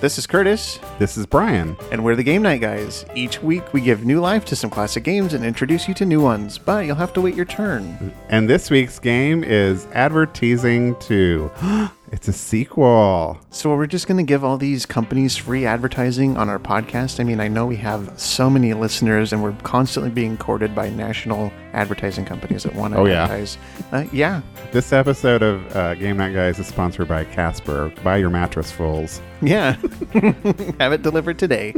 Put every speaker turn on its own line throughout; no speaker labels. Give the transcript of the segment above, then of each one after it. This is Curtis,
This is Brian.
and we're the Game Night Guys. Each week, we give new life to some classic games and introduce you to new ones, but you'll have to wait your turn.
And this week's game is Advertising 2. it's a sequel.
So, we're just going to give all these companies free advertising on our podcast. I mean, I know we have so many listeners, and we're constantly being courted by national advertising companies that want to
Oh, yeah.
advertise. Uh, yeah.
This episode of uh, Game Night Guys is sponsored by Casper. Buy your mattress fools
Yeah. have it delivered today.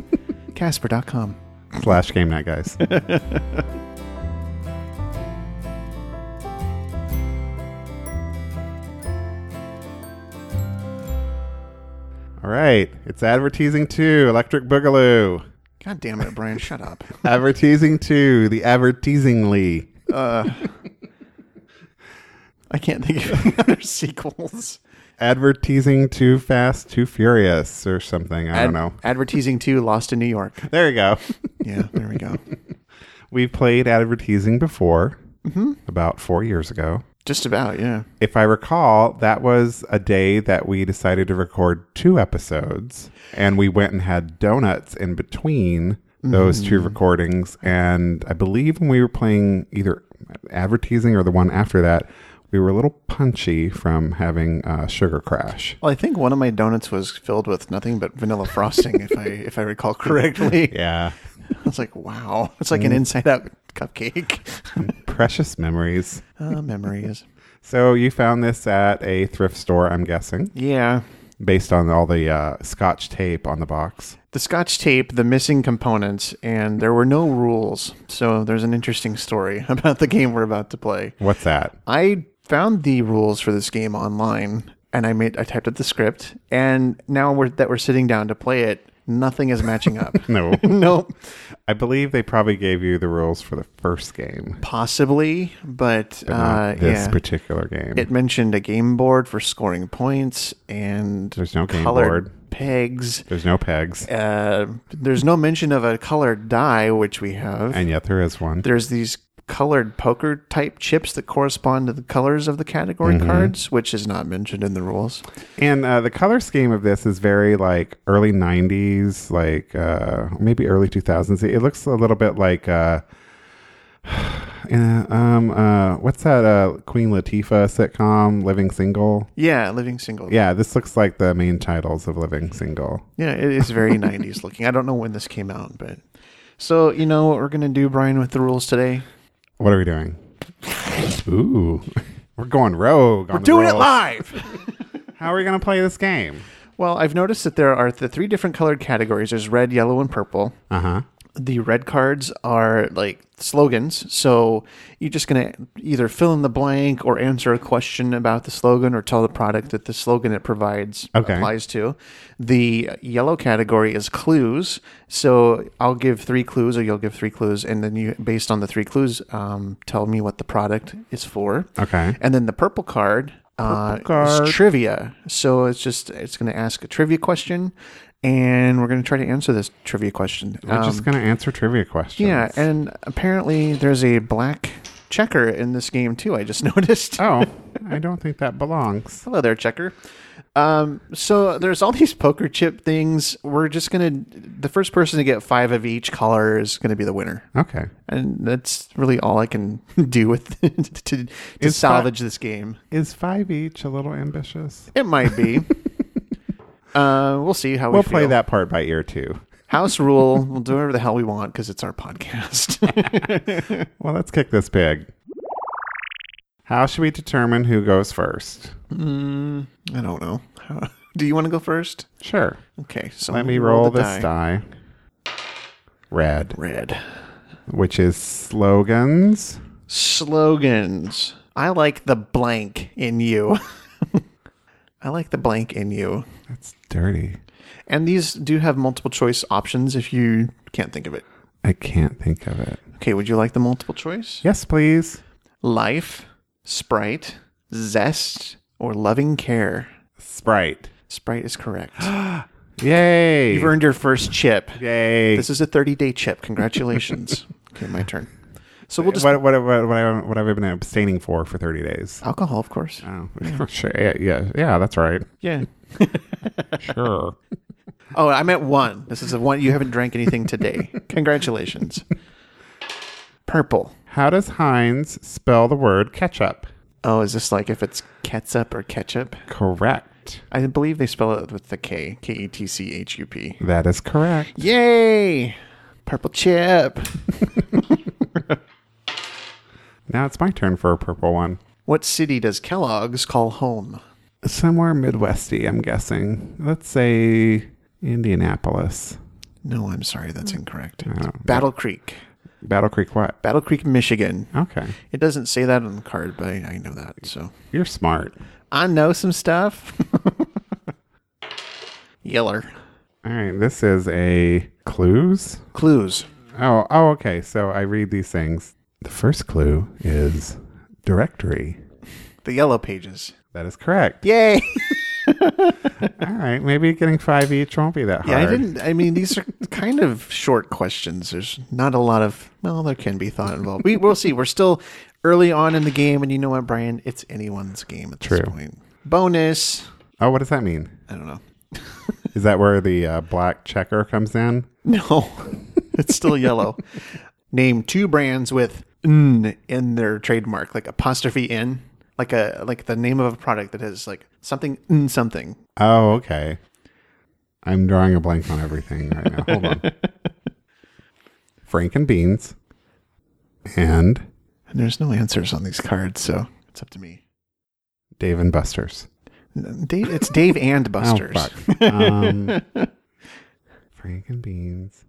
Casper.com.
slash Game Night Guys. All right, it's Advertising 2, Electric Boogaloo.
God damn it, Brian, shut up.
Advertising 2, the advertisingly.
I can't think of any other sequels.
advertising too fast, too furious, or something. I don't know.
Advertising 2 Lost in New York.
There you go.
Yeah, there we go.
we played advertising before, about four years ago.
Just about, yeah.
If I recall, that was a day that we decided to record two episodes, and we went and had donuts in between those two recordings. And I believe when we were playing either advertising or the one after that, we were a little punchy from having a sugar crash.
Well, I think one of my donuts was filled with nothing but vanilla frosting, if I if I recall correctly.
Yeah.
I was like, wow, it's like an inside out cupcake.
Precious memories.
uh, memories.
So you found this at a thrift store, I'm guessing,
Yeah.
based on all the uh, Scotch tape on the box.
The scotch tape, the missing components, and there were no rules. So there's an interesting story about the game we're about to play.
What's that?
I found the rules for this game online, and I made I typed up the script, and now we're that we're sitting down to play it. Nothing is matching up.
No,
nope,
I believe they probably gave you the rules for the first game,
possibly, but uh,
not this
yeah.
particular game.
it mentioned a game board for scoring points and
There's no game
colored
board.
pegs.
There's no pegs,
Uh, there's no mention of a colored die, which we have.
and yet there is one.
there's these colored poker type chips that correspond to the colors of the category
Mm-hmm.
cards, which is not mentioned in the rules.
And uh, the color scheme of this is very like early '90s, like uh, maybe early 2000s. It looks a little bit like. Uh, uh, um, uh, what's that uh, Queen Latifah sitcom, Living Single?
Yeah, living single.
Yeah, this looks like the main titles of Living Single.
Yeah, it is very 90s looking. I don't know when this came out, but. So, you know what we're going to do, Brian, with the rules today?
What are we doing? Ooh, we're going rogue. We're
Doing it live!
How are we going to play this game?
well, I've noticed that there are the three different colored categories there's red, yellow, and purple.
Uh huh.
The red cards are like slogans. So, you're just going to either fill in the blank or answer a question about the slogan or tell the product that the slogan it provides
Okay.
applies to. The yellow category is clues. So I'll give three clues, or you'll give three clues, and then you, based on the three clues, um, tell me what the product is for.
Okay.
And then the purple card, uh,
card.
is trivia. So it's just it's going to ask a trivia question, and we're going to try to answer this trivia question.
We're
Um,
just going to answer trivia questions.
yeah, and apparently there's a black checker in this game too. I just noticed.
oh, I don't think that belongs.
Hello there, checker. Um, so there's all these poker chip things. We're just gonna the first person to get five of each color is gonna be the winner,
Okay.
and that's really all I can do with to, to salvage this game.
Is five each a little ambitious?
It might be. uh, we'll see how we
We'll play
feel.
that part by ear too.
house rule. We'll do whatever the hell we want because it's our podcast.
Well, let's kick this pig. How should we determine who goes first? Mm.
I don't know. Do you want to go first?
Sure.
Okay, so
Let me roll,
the
this
die.
die. Red,
Red.
which is slogans.
slogans. I like the blank in you. I like the blank in you.
That's dirty.
And these do have multiple choice options if you can't think of it.
I can't think of it.
Okay, would you like the multiple choice?
Yes, please.
Life, sprite, zest, or loving care.
Sprite.
Sprite is correct.
Yay.
You've earned your first chip.
Yay.
This is a 30 day chip. Congratulations. okay, my turn. So we'll just.
what, what, what, what, I, what have I been abstaining for for 30 days?
Alcohol, of course.
Oh, sure. Yeah, yeah, yeah, that's right.
Yeah.
Sure.
Oh, I meant one. This is the one you haven't drank anything today. Congratulations. Purple.
How does Heinz spell the word ketchup?
Oh, is this like if it's ketchup or ketchup?
Correct.
I believe they spell it with the K. K E T C H U P.
That is correct.
Yay! Purple chip.
Now it's my turn for a purple one.
What city does Kellogg's call home?
Somewhere Midwesty, I'm guessing. Let's say Indianapolis.
No, I'm sorry, that's incorrect.
don't know.
Battle Creek.
Battle Creek, what?
Battle Creek, Michigan.
Okay.
It doesn't say that on the card, but I, I know that. So
You're smart.
I know some stuff. Yeller.
All right. This is a clues.
Clues.
Oh, oh, okay. So I read these things. The first clue is directory.
The yellow pages.
That is correct.
Yay!
All right. Maybe getting five each won't be that hard.
Yeah, I didn't. I mean, these are kind of short questions. There's not a lot of. Well, there can be thought involved. We we'll see. We're still early on in the game, and you know what, Brian? It's anyone's game at this
True.
point. Bonus.
Oh, what does that mean?
I don't know.
Is that where the uh, black checker comes in?
No, it's still yellow. Name two brands with "n" in their trademark, like apostrophe "n," like a like the name of a product that has like something "n" something.
Oh, okay. I'm drawing a blank on everything right now. Hold on. Frank and beans, and
And there's no answers on these cards, so it's up to me.
Dave and Buster's.
N- Dave, it's Dave and Buster's.
Oh, fuck. Um, Frank and beans.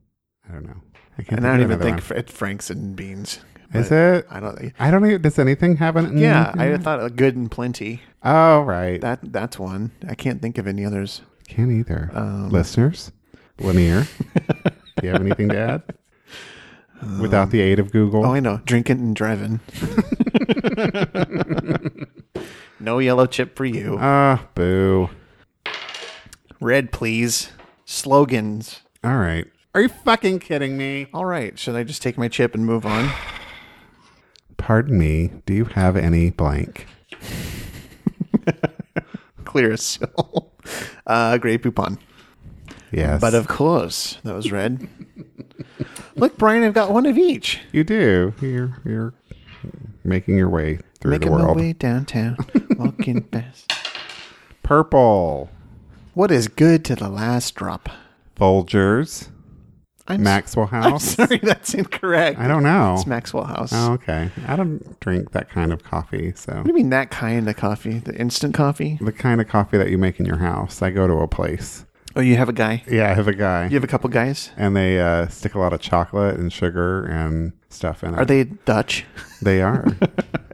I don't know. I can't
And I don't even think
think.
fr- it's Frank's and beans.
of another one. Is it?
I don't. think-
I don't even. Does anything happen?
Yeah, I thought a good and plenty.
Oh right.
That that's one. I can't think of any others.
Can't either.
Um,
Listeners, Lanier, do you have anything to add? Without the aid of Google.
Um, Oh, I know. Drinking and driving. no yellow chip for you.
Ah, boo.
Red, please. Slogans.
All right. Are you fucking kidding me?
All right. Should I just take my chip and move on?
Pardon me. Do you have any blank?
Clear as hell. Uh, Grey Poupon.
Yes.
But of course, that was red. Look, Brian, I've got one of each.
you do. You're you're making your way through
Making
the
my
world.
way downtown, walking fast.
Purple.
What is good to the last drop?
Folgers.
I'm
Maxwell
I'm
House.
sorry, that's incorrect.
I don't know.
It's Maxwell House.
Oh, okay. I don't drink that kind of coffee, so
What do you mean that kind of coffee? The instant coffee?
the kind of coffee that you make in your house. I go to a place.
Oh, you have a guy?
Yeah, I have a guy,
You have a couple guys?
and they uh, stick a lot of chocolate and sugar and stuff in it.
Are they Dutch?
They are.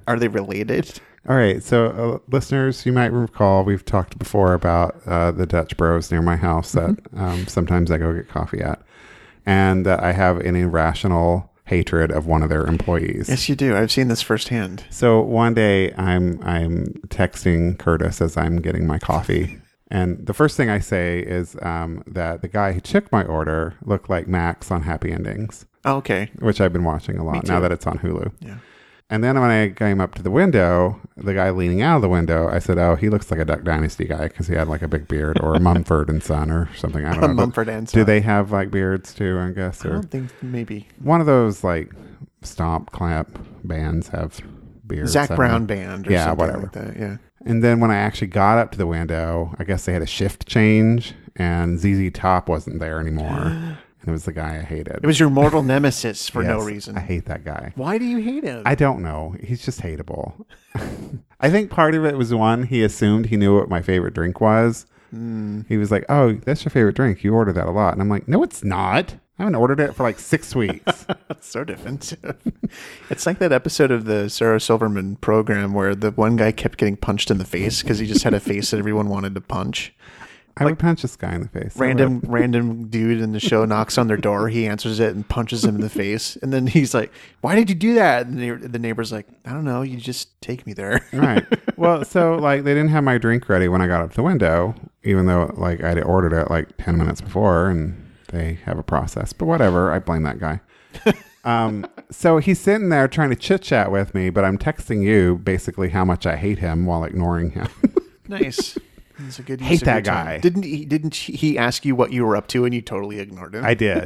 Are they related?
All right, so uh, listeners, you might recall we've talked before about uh, the Dutch Bros near my house that um, sometimes I go get coffee at, and that I have an irrational hatred of one of their employees.
Yes, you do. I've seen this firsthand.
So one day I'm I'm texting Curtis as I'm getting my coffee. And the first thing I say is um, that the guy who took my order looked like Max on Happy Endings,
Oh, okay.
which I've been watching a lot now
too.
that it's on Hulu.
Yeah.
And then when I came up to the window, the guy leaning out of the window, I said, "Oh, he looks like a Duck Dynasty guy because he had like a big beard, or Mumford and Son, or something." I don't know.
From
But
Mumford and
Do
Son.
they have like beards too? I guess
I
or
don't think maybe.
one of those like stomp clap bands have beards.
Zach
I don't
Brown
know.
Band or
Yeah,
something
whatever.
like that. Yeah.
And then when I actually got up to the window, I guess they had a shift change and ZZ Top wasn't there anymore. and it was the guy I hated.
It was your mortal nemesis for no
Yes,
reason.
I hate that guy.
Why do you hate him?
I don't know. He's just hateable. I think part of it was one, he assumed he knew what my favorite drink was. He was like, Oh, that's your favorite drink. You order that a lot. And I'm like, No, it's not. I haven't ordered it for like six weeks.
That's so defensive. it's like that episode of the Sarah Silverman program where the one guy kept getting punched in the face because he just had a face that everyone wanted to punch.
I would punch this guy in the face. I would.
Random random dude in the show knocks on their door. He answers it and punches him in the face. And then he's like, "Why did you do that?" And the, neigh- the neighbor's like, "I don't know. You just take me there."
right. Well, so like they didn't have my drink ready when I got up to the window, even though like I'd ordered it like ten minutes before, and they have a process. But whatever, I blame that guy. um, so he's sitting there trying to chit chat with me, but I'm texting you basically how much I hate him while ignoring him.
nice. It's a good
Hate
use of your
that
time.
guy.
Didn't he, didn't he ask you what you were up to and you totally ignored him?
I did.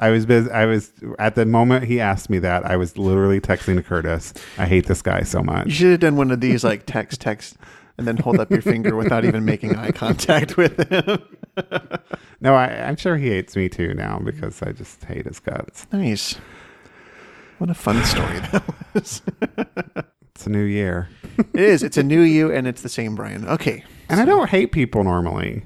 I was busy. I was at the moment he asked me that. I was literally texting to Curtis. I hate this guy so
You
much.
should have done one of these like text, text, and then hold up your finger without even making eye contact with him.
No, I, I'm sure he hates me too now because I just hate his guts.
Nice. What a fun story that was.
It's a new year,
it is. It's a new you and it's the same Brian. Okay.
and I don't hate people normally.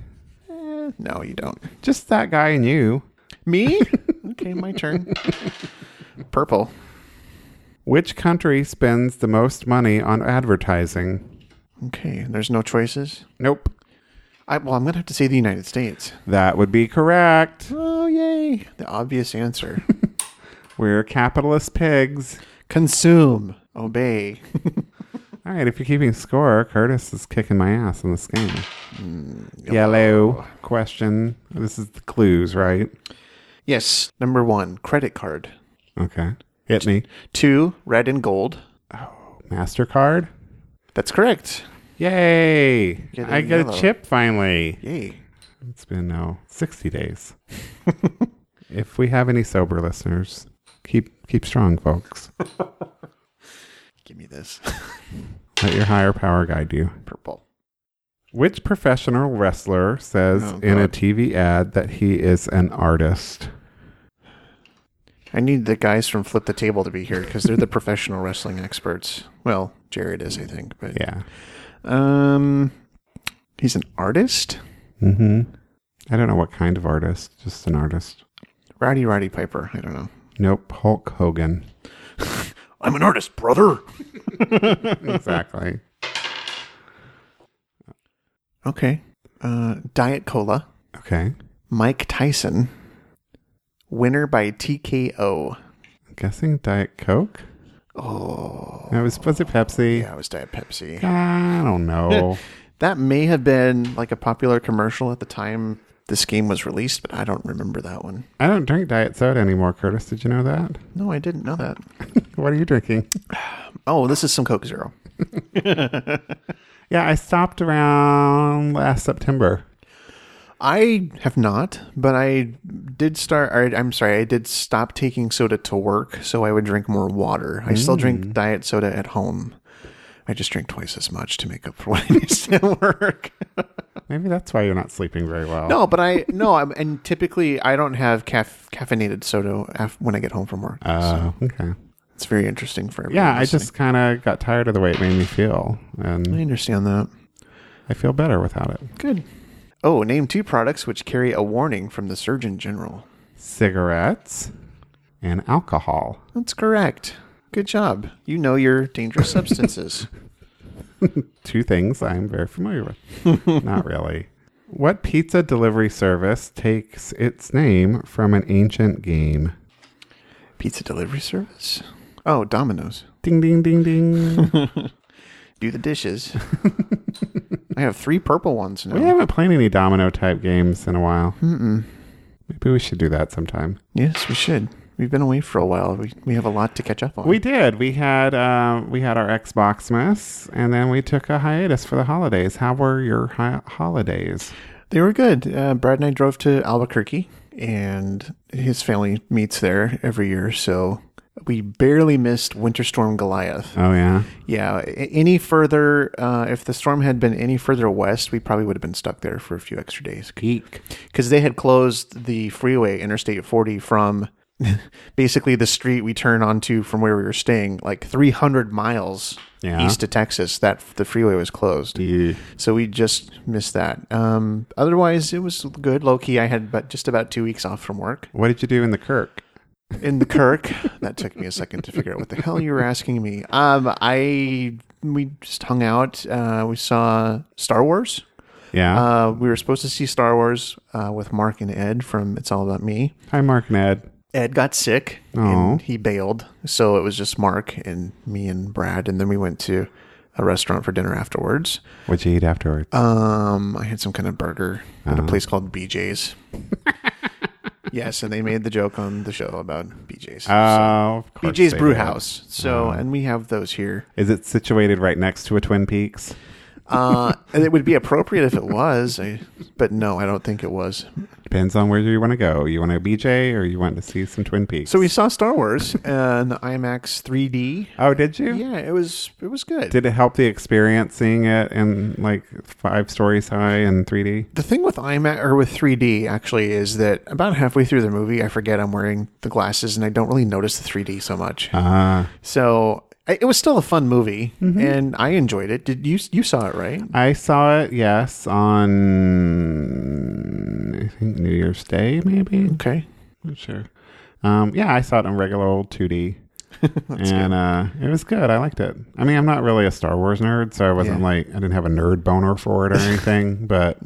Eh, no, you don't.
Just that guy and you.
Me? okay, my turn. Purple.
Which country spends the most money on advertising?
Okay, there's no choices.
Nope.
I, well, I'm going to have to say the United States.
That would be correct.
Oh, yay. The obvious answer.
We're capitalist pigs.
Consume. Obey.
All right, if you're keeping score, Curtis is kicking my ass in this game.
Mm,
Yellow question. This is the clues, right?
Yes. Number one, credit card.
Okay. Hit me. Oh,
Two, red and gold.
MasterCard?
That's correct.
Yay!
Get a
I get
yellow.
a chip finally.
Yay.
It's been now 60 days. if we have any sober listeners, keep keep strong, folks.
Give me this.
Let your higher power guide you.
Purple.
Which professional wrestler says
Oh,
in a
God.
TV ad that he is an artist?
I need the guys from Flip the Table to be here because they're the professional wrestling experts. Well, Jared is, I think, but
Yeah.
um, he's an artist.
Mm-hmm. I don't know what kind of artist, just an artist.
Rowdy Roddy Piper. I don't know.
Nope, Hulk Hogan.
I'm an artist, brother.
Exactly.
Okay. Uh, Diet Cola.
okay.
Mike Tyson. Winner by TKO.
I'm guessing Diet Coke?
Oh,
I was was it Pepsi?
yeah, it was Diet Pepsi.
I don't know.
That may have been like a popular commercial at the time this game was released, but I don't remember that one.
I don't drink diet soda anymore, Curtis. Did you know that?
No, I didn't know that.
What are you drinking?
Oh, this is some Coke Zero.
Yeah, I stopped around last September.
I have not, but I did start. Or I'm sorry, I did stop taking soda to work, so I would drink more water. I still
Hmm.
drink diet soda at home. I just drink twice as much to make up for what I missed at work.
Maybe that's why you're not sleeping very well.
No, but I no, I'm, and typically I don't have caf- caffeinated soda af- when I get home from work.
Uh, okay.
It's very interesting for everyone.
Yeah, I
listening.
just kind of got tired of the way it made me feel,
I
and
understand that.
I feel better without it.
Good. Oh, name two products which carry a warning from the Surgeon General.
Cigarettes and alcohol.
That's correct. Good job. You know your dangerous substances.
two things I'm very familiar with. Not really. What pizza delivery service takes its name from an ancient game?
Pizza delivery service? Oh, Domino's.
Ding, ding, ding, ding.
Do the dishes. I have three purple ones now.
we haven't played any domino type games in a while. Mm-mm. Maybe we should do that sometime.
Yes, we should. We've been away for a while. We, we have a lot to catch up on.
We did. We had uh, we had our Xboxmas, and then we took a hiatus for the holidays. How were your hi- holidays?
They were good. Uh, Brad and I drove to Albuquerque, and his family meets there every year. So we barely missed Winter Storm Goliath.
Oh yeah,
Yeah, a- any further, uh, if the storm had been any further west, we probably would have been stuck there for a few extra days
geek.
because they had closed the freeway, Interstate 40, from basically the street we turn onto from where we were staying, like 300 miles
Yeah.
east of Texas. That the freeway was closed.
Yeah.
So we just missed that. Um, otherwise, it was good. Low key, I had about just about two weeks off from work
What did you do in the Kirk?
in the Kirk. that took me a second to figure out what the hell you were asking me. Um, I we just hung out. Uh, we saw Star Wars.
Yeah.
Uh, we were supposed to see Star Wars uh, with Mark and Ed from It's All About Me.
Hi, Mark and Ed.
Ed got sick
Aw.
and he bailed, so it was just Mark and me and Brad, and then we went to a restaurant for dinner afterwards.
What'd you eat afterwards?
Um, I had some kind of burger at a place called BJ's. yes, and they made the joke on the show about BJ's.
Oh, of course
BJ's
they
Brew
did.
House. So, and we have those here.
Is it situated right next to a Twin Peaks?
Uh, and it would be appropriate if it was, I, but no, I don't think it was.
Depends on where you want to go. You want to BJ or you want to see some Twin Peaks?
So we saw Star Wars and the IMAX 3D.
oh, did you?
Yeah, it was it was good.
Did it help the experience seeing it in like five stories high in 3D?
the thing with IMAX or with 3D actually is that about halfway through the movie, I forget I'm wearing the glasses and I don't really notice the 3D so much.
Uh,
So I- it was still a fun movie, and I enjoyed it. Did you you saw it right?
I saw it, yes, on I think New Year's Day, maybe.
Okay,
Not sure. Um, yeah, I saw it in regular old 2D. and uh, it was good. I liked it. I mean, I'm not really a Star Wars nerd, so I wasn't
Yeah.
like I didn't have a nerd boner for it or anything, but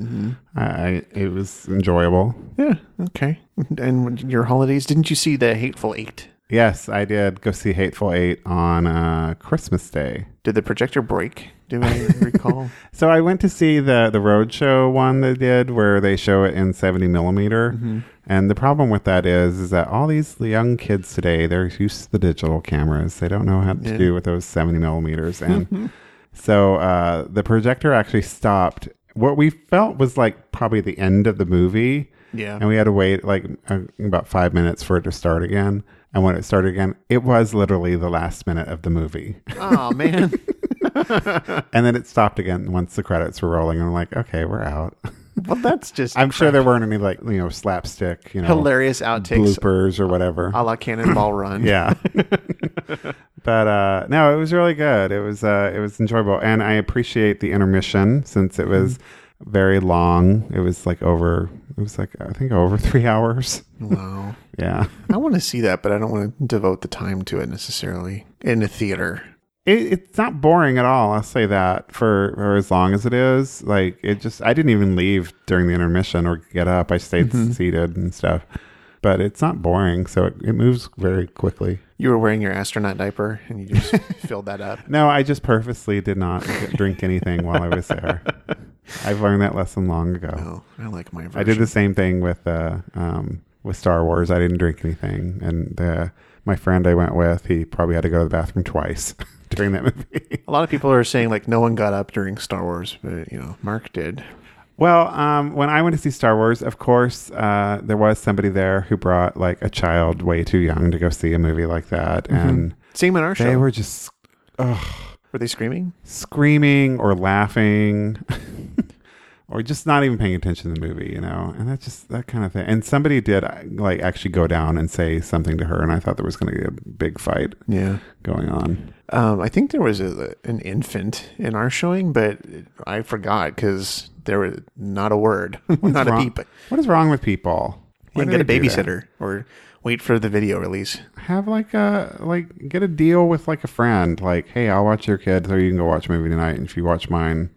I, I it was enjoyable.
yeah, okay. And your holidays? Didn't you see the Hateful Eight?
Yes, I did go see Hateful Eight on uh, Christmas Day.
Did the projector break? Do I recall?
So I went to see the the roadshow one they did where they show it in 70 millimeter. And the problem with that is is that all these young kids today they're used to the digital cameras. They don't know how to
Yeah.
do with those 70 millimeters. And so uh, the projector actually stopped. What we felt was like probably the end of the movie.
Yeah.
And we had to wait like uh, about five minutes for it to start again. And when it started again, it was literally the last minute of the movie.
oh man,
And then it stopped again once the credits were rolling. And I'm like, okay, we're out.
well that's just
I'm sure there weren't any like you know slapstick, you know,
hilarious outtakes
bloopers or whatever.
a la Cannonball Run.
yeah. but uh, no, it was really good. It was uh, it was enjoyable, and I appreciate the intermission since it was very long. It was like over. It was like I think over three hours.
Wow.
Yeah.
I want to see that, but I don't want to devote the time to it necessarily in a theater.
It, it's not boring at all. I'll say that for, for as long as it is. Like it just, I didn't even leave during the intermission or get up. I stayed seated and stuff. But it's not boring, so it, it moves very quickly.
You were wearing your astronaut diaper and you just filled that up.
No, I just purposely did not get- drink anything while I was there. I've learned that lesson long ago.
Oh, I like my version.
I did the same thing with uh, um, with Star Wars. I didn't drink anything, and uh, my friend I went with, he probably had to go to the bathroom twice during that movie.
A lot of people are saying like no one got up during Star Wars, but you know Mark did.
Well, um, when I went to see Star Wars, of course, uh, there was somebody there who brought like a child way too young to go see a movie like that,
Mm-hmm.
and
Same in our
they
show. Were,
were just
they screaming?
screaming or laughing, or just not even paying attention to the movie, you know. And that's just that kind of thing. And somebody did uh, like actually go down and say something to her, and I thought there was going to be a big fight
Yeah.
going on.
Um, I think there was a, an infant in our showing, but I forgot because there was not a word, not a
Wrong-
peep.
What is wrong with people?
You
Why
can
do
get a
they do that?
babysitter or wait for the video release.
have like a like get a deal with like a friend like hey i'll watch your kid so you can go watch a movie tonight and if you watch mine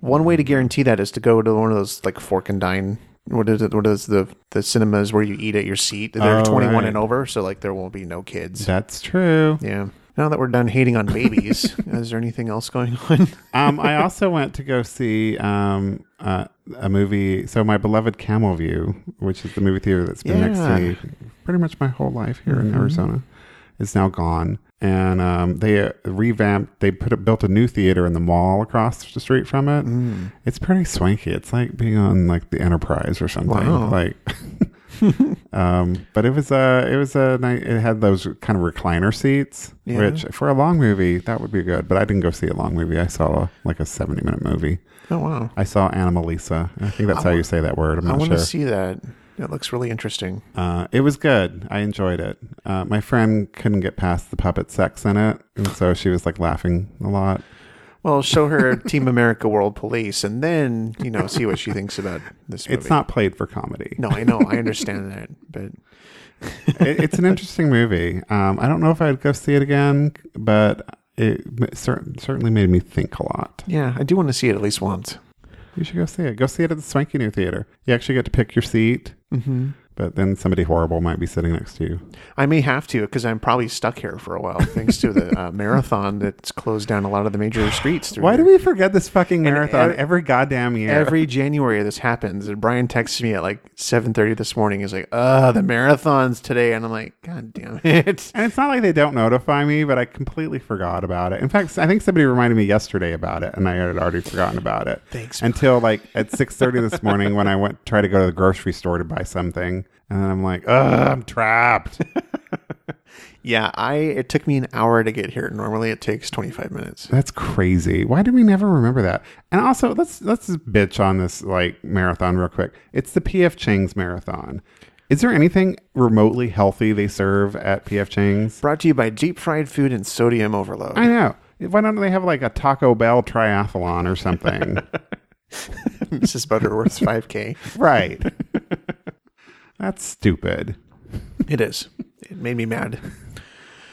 One way to guarantee that is to go to one of those like fork and dine. What is it? What is the the cinemas where you eat at your seat? They're
Oh,
21
right.
and over, so like there won't be no kids.
that's true
Yeah. Now that we're done hating on babies, is there anything else going on?
um i also went to go see um uh, a movie so my beloved camel view which is the movie theater that's been next
Yeah.
to me pretty much my whole life here in arizona is now gone and um, they uh, revamped they put a, built a new theater in the mall across the street from it it's pretty swanky it's like being on like the enterprise or something
Wow.
like Um, but it was a it was a night. It had those kind of recliner seats,
Yeah.
which for a long movie that would be good. But I didn't go see a long movie. I saw like a seventy minute movie.
Oh wow.
I saw Animalisa. I think that's how you say that word. I'm
I
not
want
sure.
to see that. That looks really interesting.
uh, it was good. I enjoyed it. Uh, my friend couldn't get past the puppet sex in it, and so she was like laughing a lot.
Well, show her Team America World Police and then, you know, see what she thinks about this movie.
It's not played for comedy.
No, I know. I understand that. But
it, it's an interesting movie. Um, I don't know if I'd go see it again, but it cer- certainly made me think a lot.
yeah, I do want to see it at least once.
You should go see it. Go see it at the Swanky New Theater. You actually get to pick your seat.
Mm-hmm.
But then somebody horrible might be sitting next to you.
I may have to because I'm probably stuck here for a while thanks to the uh, marathon that's closed down a lot of the major streets. Through
Why do
here.
we forget this fucking marathon
ev-
every goddamn year?
Every January this happens, and Brian texts me at like 7:30 this morning. He's like, "Uh, the marathon's today," and I'm like, "God damn it!"
and it's not like they don't notify me, but I completely forgot about it. In fact, I think somebody reminded me yesterday about it, and I had already forgotten about it.
Thanks,
Until like at six thirty this morning when I went try to go to the grocery store to buy something, and then I'm like, "Ugh, I'm trapped."
Yeah, I it took me an hour to get here. Normally it takes 25 minutes.
That's crazy. Why do we never remember that? And also, let's let's just bitch on this like marathon real quick. It's the PF Chang's marathon. Is there anything remotely healthy they serve at PF Chang's?
Brought to you by deep fried food and sodium overload.
I know. Why don't they have like a Taco Bell triathlon or something?
Mrs. Butterworth's 5K.
right. That's stupid.
It is. It made me mad.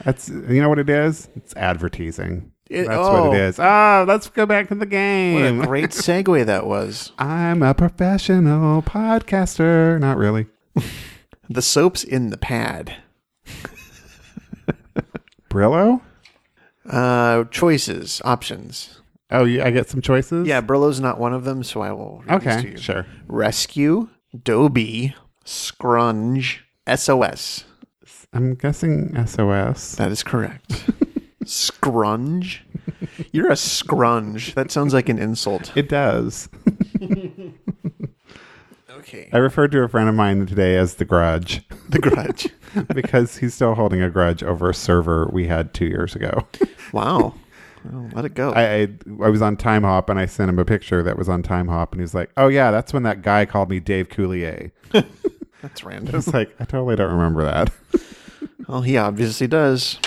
That's you know what it is? It's advertising.
It-
That's
oh.
what it is. Ah, let's go back to the
What a
game.
great segue that was.
I'm a professional podcaster. Not really.
The soap's in the pad.
Brillo?
Uh, choices, options.
Oh, you, I get some choices?
Yeah, Brillo's not one of them, so I will. read these to
Okay.
you.
Sure.
Rescue, Dobie, Scrunge, SOS.
I'm guessing SOS.
That is correct. scrunge? You're a scrunge. That sounds like an insult.
It does.
Okay.
I referred to a friend of mine today as the grudge
The grudge.
because he's still holding a grudge over a server we had two years ago.
Wow. Well, let it go.
I, I I was on Time Hop and I sent him a picture that was on Time Hop and he's like, "Oh yeah, that's when that guy called me Dave Coulier."
That's
I
random.
was like, "I totally don't remember that."
Well, he obviously does.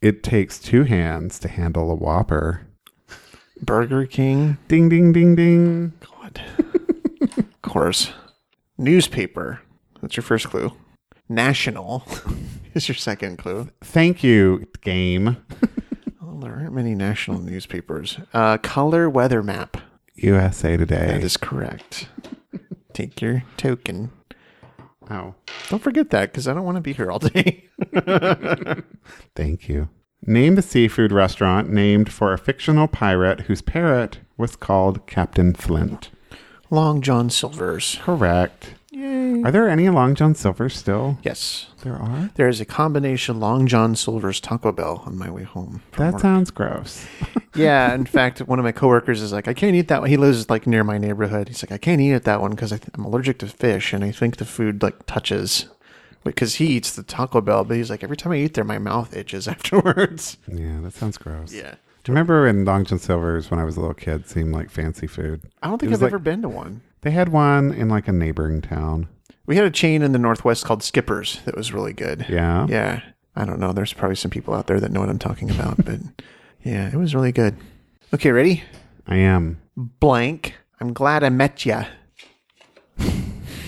It takes two hands to handle a Whopper.
Burger King.
Ding ding ding ding.
God. of course. Newspaper. That's your first clue. National is your second clue.
Thank you, game.
Well, there aren't many national newspapers. Uh, color weather map.
USA Today.
That is correct. Take your token.
oh.
Don't forget that because I don't want to be here all day.
Thank you. Name the seafood restaurant named for a fictional pirate whose parrot was called Captain Flint.
Long John Silver's.
Correct.
Yay.
Are there any Long John Silvers still?
Yes.
There are.
There is a combination Long John Silver's Taco Bell on my way home. from
That
work.
sounds gross.
Yeah, in fact, one of my coworkers is like, I can't eat that one. He lives like near my neighborhood. He's like, I can't eat at that one because th- I'm allergic to fish, and I think the food like touches. Because he eats the Taco Bell, but he's like, every time I eat there, my mouth itches afterwards.
Yeah, that sounds gross.
Yeah,
Do you remember in Long John Silver's when I was a little kid seemed like fancy food?
I don't
It
think
was
I've
like-
ever been to one.
They had one in like a neighboring town.
We had a chain in the Northwest called Skipper's that was really good.
Yeah.
yeah. I don't know. There's probably some people out there that know what I'm talking about, but yeah, it was really good. Okay, ready?
I am.
Blank. I'm glad I met ya.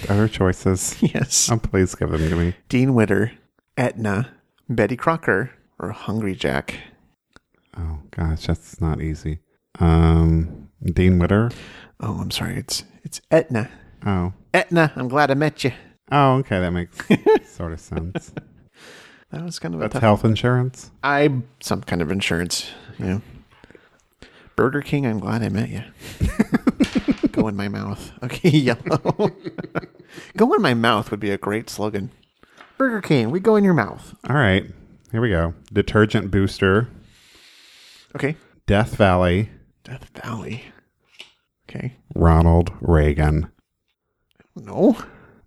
Other choices.
Yes.
Oh, please give them to me.
Dean Witter, Etna, Betty Crocker, or Hungry Jack.
Oh gosh, that's not easy. Um, Dean Witter.
Oh, I'm sorry. It's it's Etna.
Oh,
Etna, I'm glad I met you.
Oh, okay, that makes sort of sense.
That was kind of a
That's
tough.
health insurance.
I some kind of insurance. You know. Burger King, I'm glad I met you. Go in my mouth. Okay, yellow. go in my mouth would be a great slogan. Burger King, we go in your mouth.
All right, here we go. Detergent booster,
Okay.
Death Valley,
Death Valley. Okay.
Ronald Reagan,
No.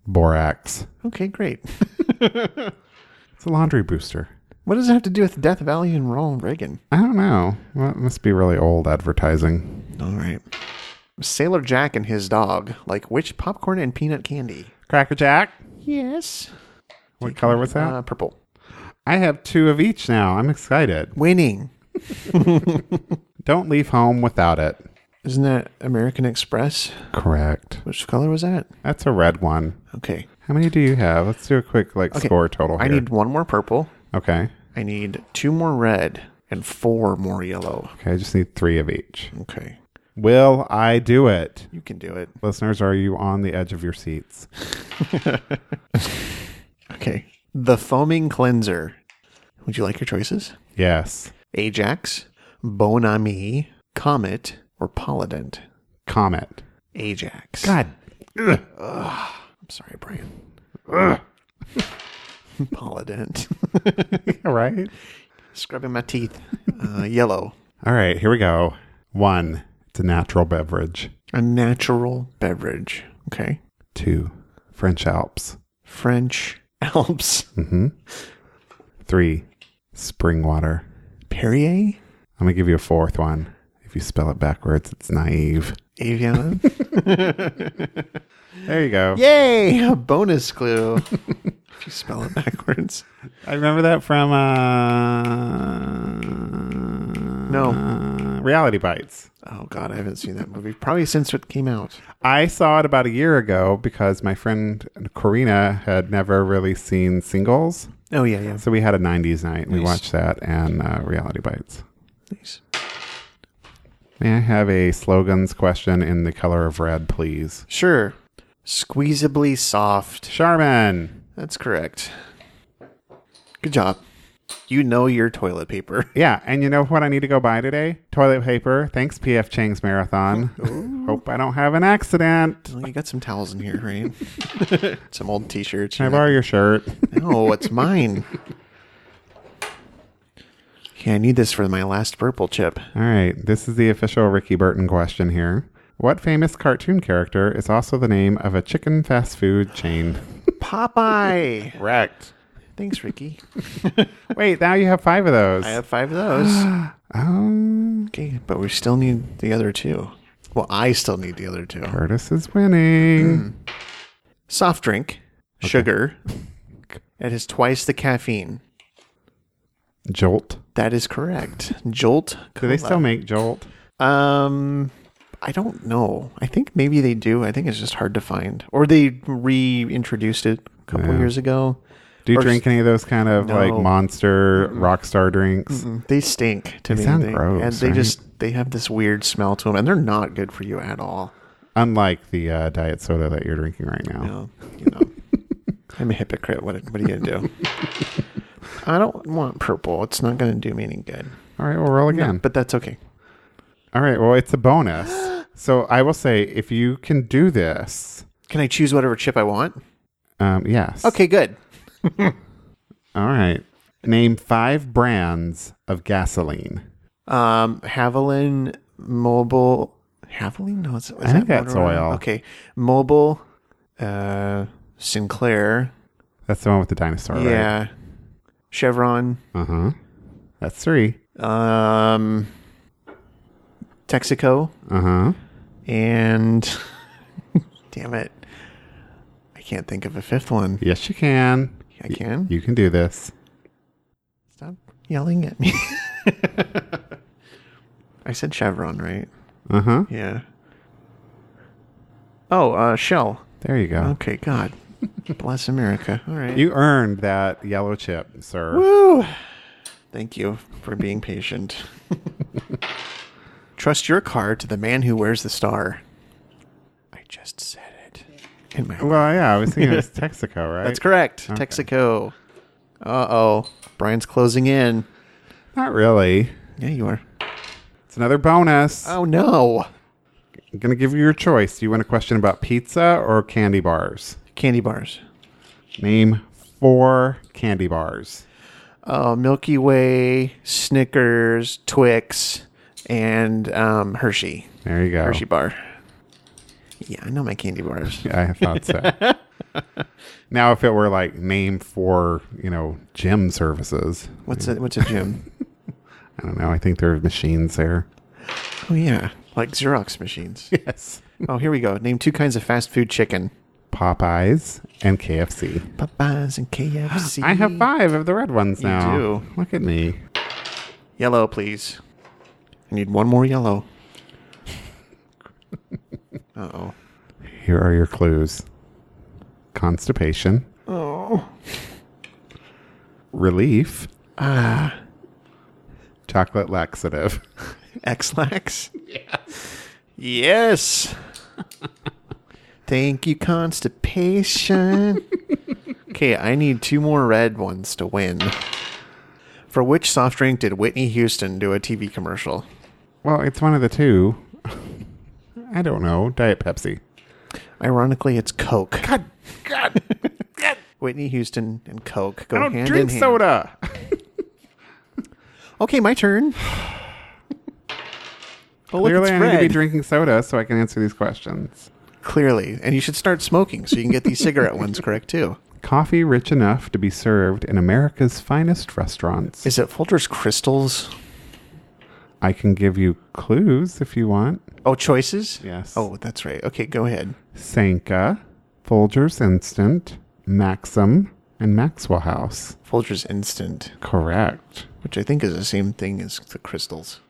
Borax.
Okay, great.
It's a laundry booster.
What does it have to do with Death Valley and Ronald Reagan?
I don't know. Well, it must be really old advertising.
All right. Sailor Jack and his dog like which popcorn and peanut candy?
Cracker Jack.
Yes.
What color was that?
Uh, purple.
I have two of each now. I'm excited.
Winning.
Don't leave home without it.
Isn't that American Express?
Correct.
Which color was that?
That's a red one.
Okay.
How many do you have? Let's do a quick like
Okay.
score total here.
I need one more purple.
okay.
I need two more red and four more yellow.
Okay, I just need three of each.
Okay.
Will I do it?
You can do it.
Listeners, are you on the edge of your seats?
Okay. The foaming cleanser. Would you like your choices?
Yes.
Ajax, Bon Ami, Comet, or Polydent?
Comment.
Ajax.
God. Ugh.
I'm sorry, Brian. Polydent.
All right.
Scrubbing my teeth. Uh, yellow.
All right, here we go. One, it's a natural beverage.
A natural beverage. Okay.
Two, French Alps.
French Alps.
Three, spring water.
Perrier?
I'm going to give you a fourth one. If you spell it backwards, it's naive.
Avian?
There you go.
Yay! A bonus clue. if you spell it backwards.
I remember that from uh,
No.
uh, Reality Bites.
Oh, God, I haven't seen that movie. Probably since it came out.
I saw it about a year ago because my friend Corina had never really seen singles.
Oh, yeah, yeah.
So we had a 90s night and we watched that and uh, Reality Bites.
Nice.
May I have a slogans question in the color of red, please?
Sure. Squeezably soft.
Charmin.
That's correct. Good job. You know your toilet paper.
Yeah, and you know what I need to go buy today? Toilet paper. Thanks, PF Chang's Marathon. Hope I don't have an accident.
Well, you got some towels in here, right? some old t shirts.
Can I borrow your shirt?
No, it's mine. Yeah, I need this for my last purple chip.
All right, this is the official Ricky Burton question here. What famous cartoon character is also the name of a chicken fast food chain?
Popeye!
Correct.
Thanks, Ricky.
Wait, now you have five of those.
I have five of those.
um,
okay, but we still need the other two. Well, I still need the other two.
Curtis is winning.
Mm-hmm. Soft drink, sugar. It has twice the caffeine.
Jolt.
That is correct. Jolt.
Do they still make Jolt?
Um, I don't know. I think maybe they do. I think it's just hard to find, or they reintroduced it a couple
Yeah.
years ago.
Do you
Or
drink any of those kind of like
No.
monster rock star drinks?
They stink to me.
sound
they,
gross,
and they
right?
just they have this weird smell to them, and they're not good for you at all.
Unlike the uh, diet soda that you're drinking right now.
No, you know, I'm a hypocrite. What what are you gonna do? I don't want purple. It's not gonna do me any good.
All right, we'll roll again.
But that's okay.
All right, well, it's a bonus. so I will say if you can do this,
Can I choose whatever chip I want?
um, yes.
Okay, good.
All right. Name five brands of gasoline.
Um, Havilland Mobile. Havilland? No, it's, is
think
that
that's
Motorola?
oil.
Okay, Mobile. Uh, Sinclair.
That's the one with the dinosaur, right?
Yeah. Chevron.
Uh huh. That's three.
Um, Texaco.
Uh huh.
And damn it, I can't think of a fifth one.
Yes, you can.
I can.
You can do this.
Stop yelling at me. I said Chevron, right?
Uh huh.
Yeah. Oh, uh, Shell.
There you go.
Okay, God. Bless America. All right.
You earned that yellow chip, sir.
Woo! Thank you for being patient. Trust your car to the man who wears the star. I just said it. In my
Well, yeah, I was thinking it was Texaco, right?
That's correct. Texaco. Uh oh. Brian's closing in.
Not really.
Yeah, you are.
It's another bonus.
Oh no.
I'm going to give you your choice. Do you want a question about pizza or candy bars?
Candy bars.
Name four candy bars.
Oh, Milky Way, Snickers, Twix, and um, Hershey.
There you go.
Hershey bar. Yeah, I know my candy bars.
I thought so. now, if it were like name four, you know, gym services,
What's a what's a gym?
I don't know. I think there are machines there.
oh yeah, like Xerox machines.
Yes.
Oh, here we go. Name two kinds of fast food chicken.
Popeyes and KFC.
Popeyes and KFC.
I have five of the red ones now.
do.
Look at me.
Yellow, please. I need one more yellow. Uh-oh.
Here are your clues constipation,
Oh.
relief,
Ah.
chocolate laxative.
X-Lax? Yes. Thank you, constipation. okay, I need two more red ones to win. For which soft drink did Whitney Houston do a TV commercial?
Well, it's one of the two. I don't know. Diet Pepsi.
Ironically, it's Coke.
God, God, God.
Whitney Houston and Coke go
I don't
hand in
drink
hand.
soda.
Okay, my turn. Oh, look, it's
Clearly, I need to be
red.
drinking soda so I can answer these questions.
Clearly, and you should start smoking so you can get these cigarette ones correct too.
Coffee rich enough to be served in America's finest restaurants.
Is it Folgers Crystals?
I can give you clues if you want.
Oh, choices.
Yes.
Oh, that's right. Okay, go ahead.
Sanka, Folgers Instant, Maxim, and Maxwell House.
Folgers Instant,
Correct.
which I think is the same thing as the crystals.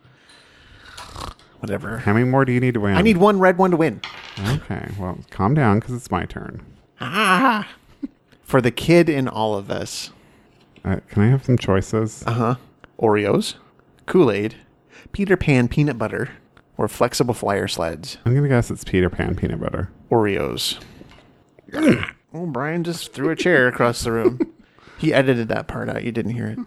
Whatever.
How many more do you need to win?
I need one red one to win.
Okay, well, calm down because it's my turn.
Ah! For the kid in all of us.
Uh, can I have some choices?
Uh huh. Oreos, Kool Aid, Peter Pan peanut butter, or flexible flyer sleds.
I'm gonna guess it's Peter Pan peanut butter.
Oreos. oh, Brian just threw a chair across the room. He edited that part out. You didn't hear it.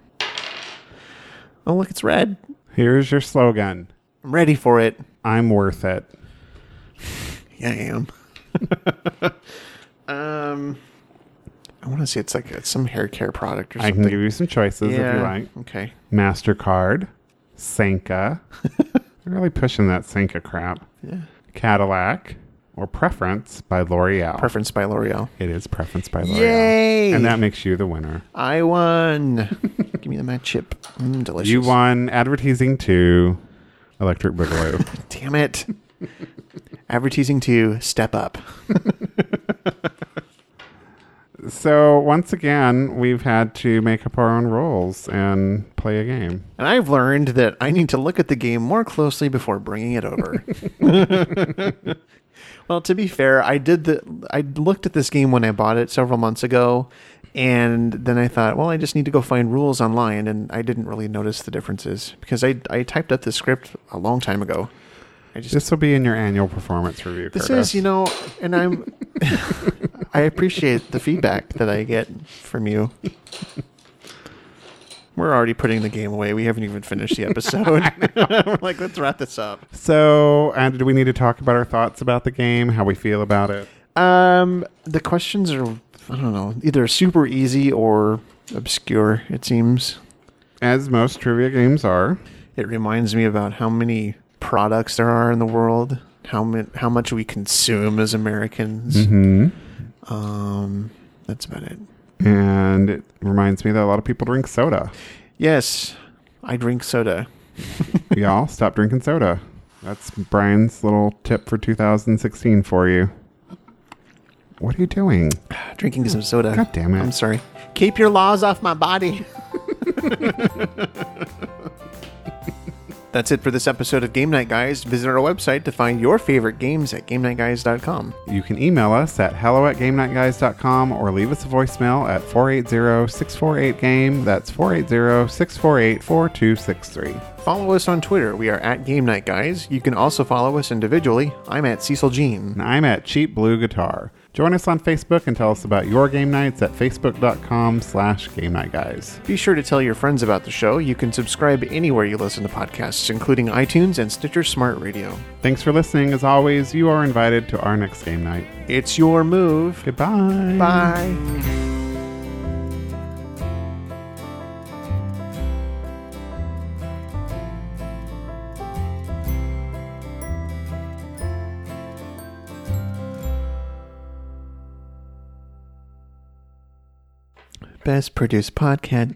Oh, look, it's red.
Here's your slogan.
I'm ready for it.
I'm worth it.
Yeah, I am. um, I want to say it's like it's some hair care product or
I
something.
can give you some choices if you like.
Okay.
Mastercard, Sanka. They're really pushing that Sanka crap.
Yeah.
Cadillac or Preference by L'Oreal.
Preference by L'Oreal.
it is Preference by L'Oreal.
Yay!
And that makes you the winner.
I won. give me the mad chip. Mm, delicious.
You won advertising to Electric Boogaloo.
Damn it. Advertising to step up.
so once again, we've had to make up our own rules and play a game.
And I've learned that I need to look at the game more closely before bringing it over. well, to be fair, I did the I looked at this game when I bought it several months ago, and then I thought, well, I just need to go find rules online, and I didn't really notice the differences because I I typed up the script a long time ago. I just
This will be in your annual performance review.
this
Curtis.
is you know, and I'm I appreciate the feedback that I get from you. We're already putting the game away. We haven't even finished the episode. We're like, let's wrap this up.
So, uh, do we need to talk about our thoughts about the game, how we feel about it?
Um, the questions are, I don't know, either super easy or obscure. It seems.
As most trivia games are,
It reminds me about how many products there are in the world, how mi- how much we consume as Americans. Um, that's about it.
and it reminds me that a lot of people drink soda.
Yes, I drink soda.
Y'all, stop drinking soda. That's Brian's little tip for 2016 for you. What are you doing?
Drinking some soda.
God damn it.
I'm sorry. Keep your laws off my body. That's it for this episode of Game Night Guys. Visit our website to find your favorite games at GameNightGuys.com.
You can email us at hello at GameNightGuys.com or leave us a voicemail at 480-648-GAME. That's 480-648-4263.
Follow us on Twitter. We are at Game Night Guys. You can also follow us individually. I'm at Cecil Jean.
and I'm at Cheap Blue Guitar. Join us on Facebook and tell us about your game nights at facebook.com slash game night guys.
Be sure to tell your friends about the show. You can subscribe anywhere you listen to podcasts, including iTunes and Stitcher Smart Radio.
Thanks for listening. As always, you are invited to our next game night.
It's your move.
Goodbye.
Bye. Best produced podcast,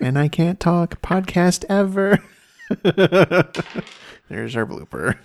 and I can't talk podcast ever. There's our blooper.